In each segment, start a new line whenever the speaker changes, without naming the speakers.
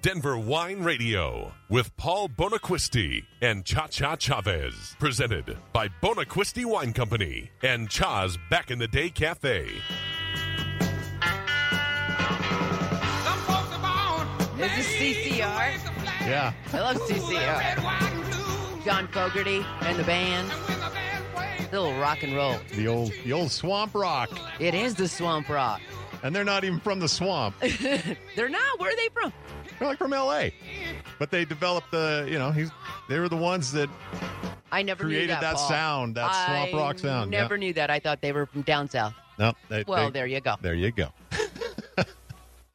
Denver Wine Radio with Paul Bonaquisti and Cha Cha Chavez. Presented by Bonaquisti Wine Company and Cha's Back in the Day Cafe.
Some folks are born
This is
made to
CCR.
wave the flag.
Yeah.
I love
Ooh, that
CCR.
red, white, and blue.
John Fogerty and the band.
And when the band plays,
Still rock and roll.
The old the old swamp rock.
It is the swamp rock.
And they're not even from the swamp.
They're not. Where are they from?
They're like from LA. But they developed the, you know, he's they were the ones that
I never knew
created that,
Paul.
sound, that swamp
I
rock sound.
Never knew that. I thought they were from down south.
Yeah. No, they-
Well,
they-
there you go.
There you go. All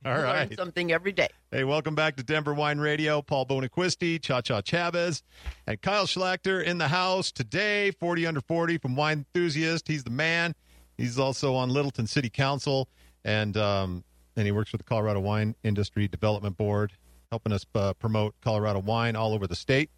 Learn
right.
something every day.
Hey, welcome back to Denver Wine Radio. Paul Bonaquisti, Cha Cha Chavez, and Kyle Schlachter in the house today. 40 under 40 from Wine Enthusiast. He's the man. He's also on Littleton City Council, and um, and he works with the Colorado Wine Industry Development Board, helping us uh, promote Colorado wine all over the state.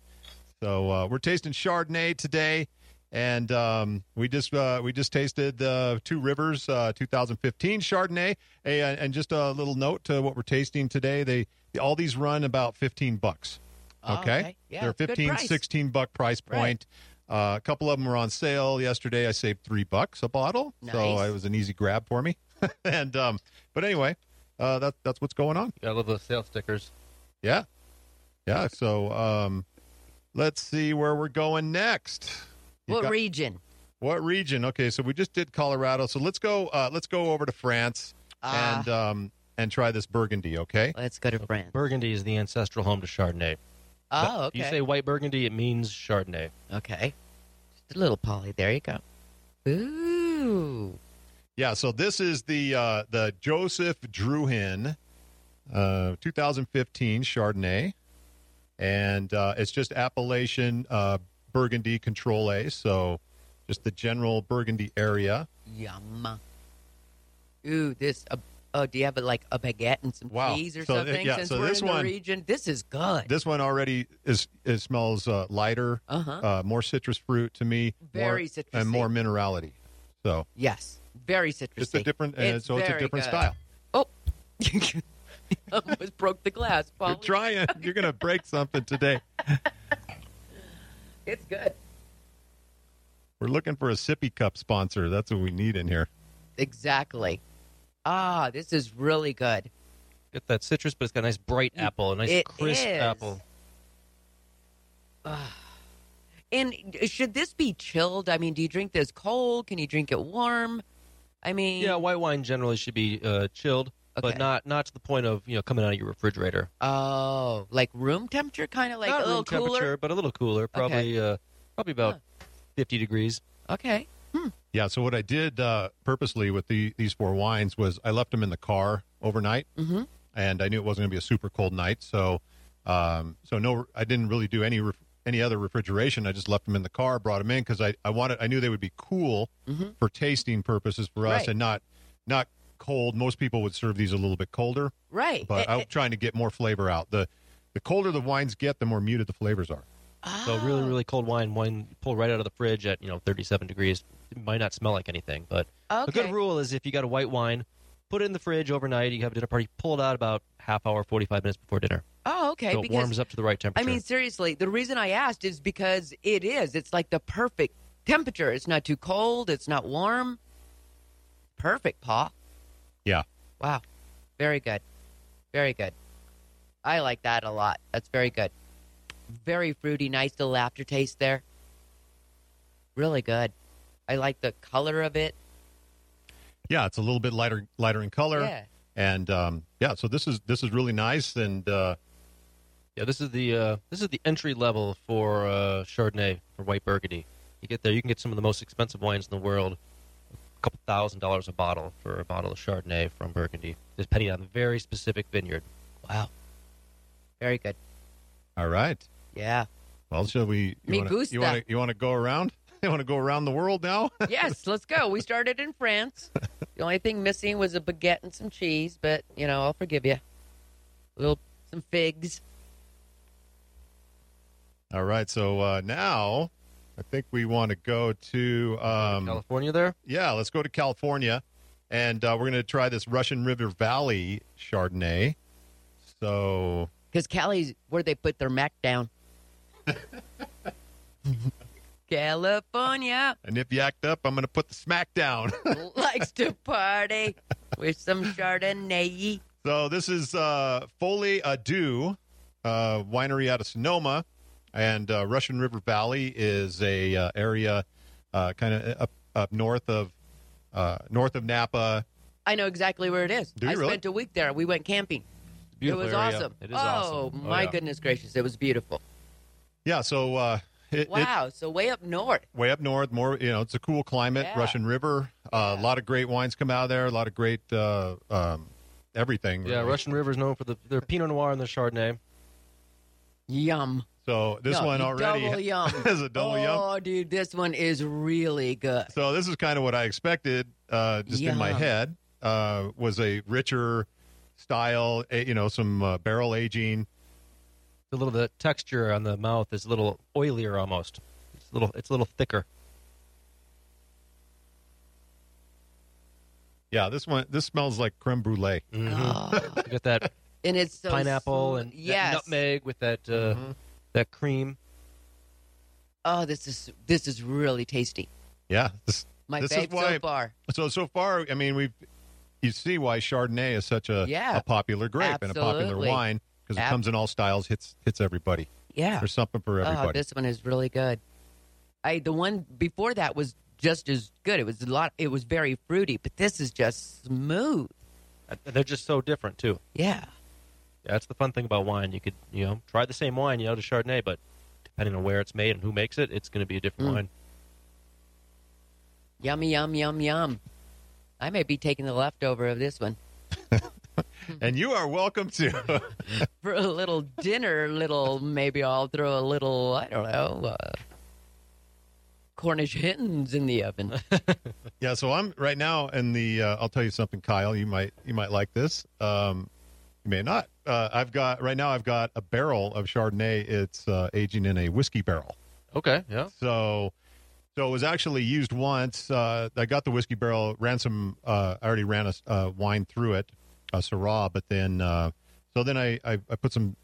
So uh, we're tasting Chardonnay today, and um, we just uh, we just tasted uh, Two Rivers uh, 2015 Chardonnay. Hey, and and just a little note to what we're tasting today. They all these run about 15 bucks.
Oh,
Okay,
okay. Yeah,
they're
it's a good
15,
price.
16 buck price
Right.
point. Uh, a couple of them were on sale yesterday. I saved three bucks a bottle, so
Nice.
it was an easy grab for me. and um, but anyway, uh, that that's what's going on.
I love those sale stickers.
Yeah. Yeah. So um, let's see where we're going next. You've
What
got-
region?
what region? Okay, so we just did Colorado. So let's go. Uh, let's go over to France
Ah.
and oh, um, and try this Burgundy. Okay.
Let's go to France.
Burgundy is the ancestral home to Chardonnay.
Oh,
If
okay.
You say white Burgundy, it means Chardonnay.
okay. Just a little Polly. There you go. Ooh.
Yeah. So this is the uh, the Joseph Druhin, uh, 2015 Chardonnay, and uh, it's just Appellation uh, Burgundy Contrôle. So just the general Burgundy area.
Yum. Ooh, this. Uh, oh, do you have like a baguette and some
Wow.
cheese or
So, uh,
something?
yeah,
Since
so
we're
this
in the
one-
region, this is good.
This one already is it smells uh, lighter,
Uh huh.
uh, more citrus fruit to me,
Very
more,
citrusy.
and more minerality. So
Yes, very citrusy.
just a different, and so it's a
very
different
good.
style.
Oh, almost broke the glass.
You're
Paul.
trying. You're gonna break something today.
It's good.
We're looking for a sippy cup sponsor. That's what we need in here.
Exactly. Ah, this is really good.
Get that citrus, but it's got a nice bright apple, a nice
It
crisp
is.
apple.
And uh, should this be chilled? I mean, do you drink this cold? Can you drink it warm? I mean,
Yeah, white wine generally should be uh, chilled,
Okay.
but not not to the point of you know coming out of your refrigerator.
oh, like room temperature, kind of like
not
a little
room
cooler.
temperature, but a little cooler. Probably uh, probably about
Huh.
50 degrees.
Okay.
Yeah. So what I did uh, purposely with the, these four wines was I left them in the car overnight,
Mm-hmm.
and I knew it wasn't gonna be a super cold night. So, um, so no, I didn't really do any ref- any other refrigeration. I just left them in the car, brought them in because I I wanted I knew they would be cool
Mm-hmm.
for tasting purposes for us
Right.
and not not cold. Most people would serve these a little bit colder,
Right.
but
Eh,
I'm
eh,
trying to get more flavor out. The the colder the wines get, the more muted the flavors are.
So really,
ah,
really cold wine, wine you pull right out of the fridge at you know 37 degrees. It might not smell like anything, but
Oh, okay.
a good rule is if you got a white wine, put it in the fridge overnight. You have a dinner party, pull it out about half hour, 45 minutes before dinner.
Oh, okay.
so it
because
warms up to the right
I
temperature.
mean, seriously, the reason I asked is because it is. It's like the perfect temperature. It's not too cold. It's not warm. Perfect, Pa.
Yeah.
Wow. Very good. Very good. I like that a lot. That's very good. Very fruity, nice little aftertaste there. Really good. I like the color of it.
Yeah, it's a little bit lighter lighter in color,
Yeah.
and um, yeah, so this is this is really nice, and uh,
yeah, this is the uh, this is the entry level for uh, Chardonnay or white Burgundy. You get there, you can get some of the most expensive wines in the world, a couple thousand dollars a bottle for a bottle of Chardonnay from Burgundy, depending on the very specific vineyard.
Wow. Very good.
all right.
Yeah.
Well, shall we?
Me
You wanna-
gusta.
You want to you want to go around? You want to go around the world now?
yes, let's go. We started in France. The only thing missing was a baguette and some cheese, but you know, I'll forgive you. A little some figs.
all right. So uh, now, I think we want to go to um,
Mm. California, there.
yeah. Let's go to California, and uh, we're going to try this Russian River Valley Chardonnay. So
Because Cali's where they put their Mac down. California
And if you act up, I'm going to put the smack down.
likes to party with some Chardonnay.
So this is uh, Foley Adu uh, winery out of Sonoma, and uh, Russian River Valley is a uh, area uh, kind of up, up north of uh, north of Napa.
I know exactly where it is.
Do you
I
really?
spent a week there. We went camping.
Beautiful
it was
area.
awesome.
It
oh,
is awesome.
my
yeah.
goodness gracious. It was beautiful.
Yeah, so uh, it, it-
Wow. so way up north.
way up north, more you know, it's a cool climate.
Yeah.
Russian River, uh, a lot of great wines come out of there. A lot of great uh, um, everything.
Yeah,
really.
Russian River is known for the, their Pinot Noir and their Chardonnay.
Yum.
So this
No,
one already
double yum.
is a double
oh,
yum.
dude, this one is really good.
So this is kind of what I expected, uh, just in my
Yum.
head, uh, was a richer style, eh, you know, some uh, barrel aging.
The little the texture on the mouth is a little oilier almost. It's a little it's a little thicker.
Yeah, this one, this smells like creme brulee.
Oh,
You got that
and it's so
Mm-hmm. pineapple
sm-
and that
yes. Mm-hmm.
nutmeg with that uh,
Mhm.
that cream.
Oh, this is this is really tasty.
Yeah. This,
My
This is
fave
why-
so far.
so so far, I mean, we've you see why Chardonnay is such a
Yeah.
a popular grape and a popular
Absolutely.
wine because it
Ab-
comes in all styles, hits hits everybody.
Yeah.
There's something for everybody.
Oh, this one is really good. I the one before that was just as good. It was a lot. It was very fruity, but this is just smooth.
Uh, They're just so different too.
Yeah.
Yeah, that's the fun thing about wine. You could you know try the same wine you know to Chardonnay, but depending on where it's made and who makes it, it's going to be a different
Mm.
wine.
Yummy, yum, yum, yum. I may be taking the leftover of this one
and you are welcome to.
for a little dinner. Little maybe I'll throw a little. I don't know. Uh, Cornish hens in the oven.
Yeah, so I'm right now in the. Uh, I'll tell you something, Kyle. You might you might like this. Um, you may not. Uh, I've got right now. I've got a barrel of Chardonnay. It's uh, aging in a whiskey barrel.
Okay, yeah.
So, so it was actually used once. Uh, I got the whiskey barrel. Ran some. Uh, I already ran a s- uh, wine through it, a Syrah. But then, uh, so then I, I I put some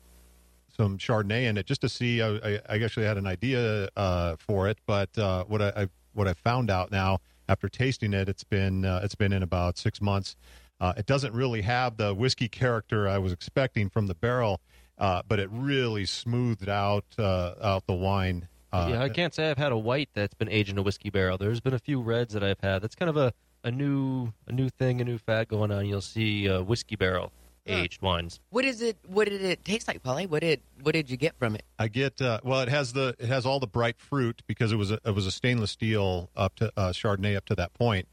some Chardonnay in it just to see. I, I, I actually had an idea uh, for it, but uh, what I, I what I found out now after tasting it, it's been uh, it's been in about six months. Uh, it doesn't really have the whiskey character I was expecting from the barrel, uh, but it really smoothed out uh, out the wine. Uh,
yeah, I can't say I've had a white that's been aged in a whiskey barrel. There's been a few reds that I've had. That's kind of a, a new a new thing, a new fad going on. You'll see uh, whiskey barrel
Huh.
aged wines.
What is it? What did it taste like, Polly? What did What did you get from it?
I get uh, well. It has the it has all the bright fruit because it was a, it was a stainless steel up to uh, Chardonnay up to that point,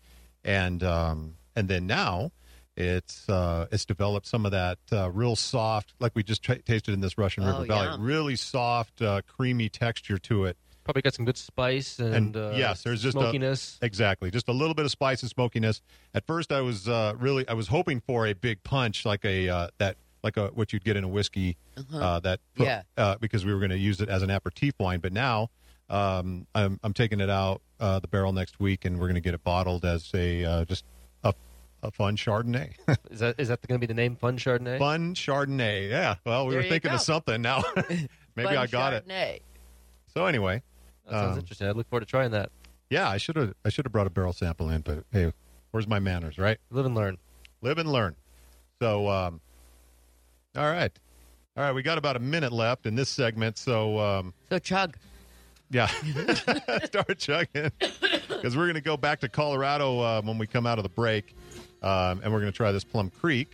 and um, and then now it's uh, it's developed some of that uh, real soft, like we just t- tasted in this Russian
Oh,
River Valley,
yum.
really soft, uh, creamy texture to it.
Probably got some good spice and,
And,
uh,
yes, there's just a-
smokiness.
Exactly, just a little bit of spice and smokiness. At first, I was uh, really I was hoping for a big punch like a uh, that like a what you'd get in a whiskey
Uh-huh.
uh, that
Yeah.
uh, because we were going to use it as an aperitif wine. But now um, I'm, I'm taking it out uh, the barrel next week, and we're going to get it bottled as a uh, just a, a fun Chardonnay.
is that is that going to be the name? Fun Chardonnay.
fun Chardonnay. Yeah. Well, we
There
were
you
thinking of
go.
something now. Maybe I got it.
it.
So anyway,
That sounds
um,
interesting. I look forward to trying that.
yeah, I should have I should have brought a barrel sample in, but hey, where's my manners, right?
Live and learn.
live and learn. So, um, all right, all right, we got about a minute left in this segment, so um,
So chug.
yeah, start chugging because we're going to go back to Colorado uh, when we come out of the break, um, and we're going to try this Plum Creek.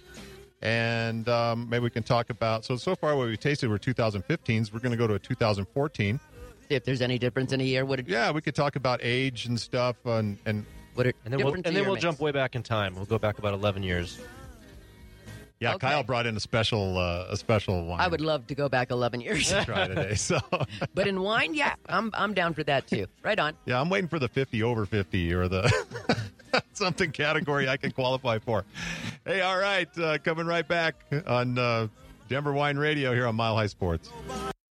And um, maybe we can talk about. So so far, what we tasted were 2015s. We're going to go to a 2014.
See if there's any difference in a year. What a,
Yeah, we could talk about age and stuff, and and
what a
And then we'll,
difference
and
a
then
year
we'll
makes.
jump way back in time. We'll go back about 11 years.
yeah,
Okay.
Kyle brought in a special uh, a special wine.
I would love to go back 11 years,
to try today. So
but in wine, yeah, I'm I'm down for that too. Right on.
Yeah, I'm waiting for the 50 over 50 or the something category I can qualify for. Hey, all right, uh, coming right back on uh, Denver Wine Radio here on Mile High Sports.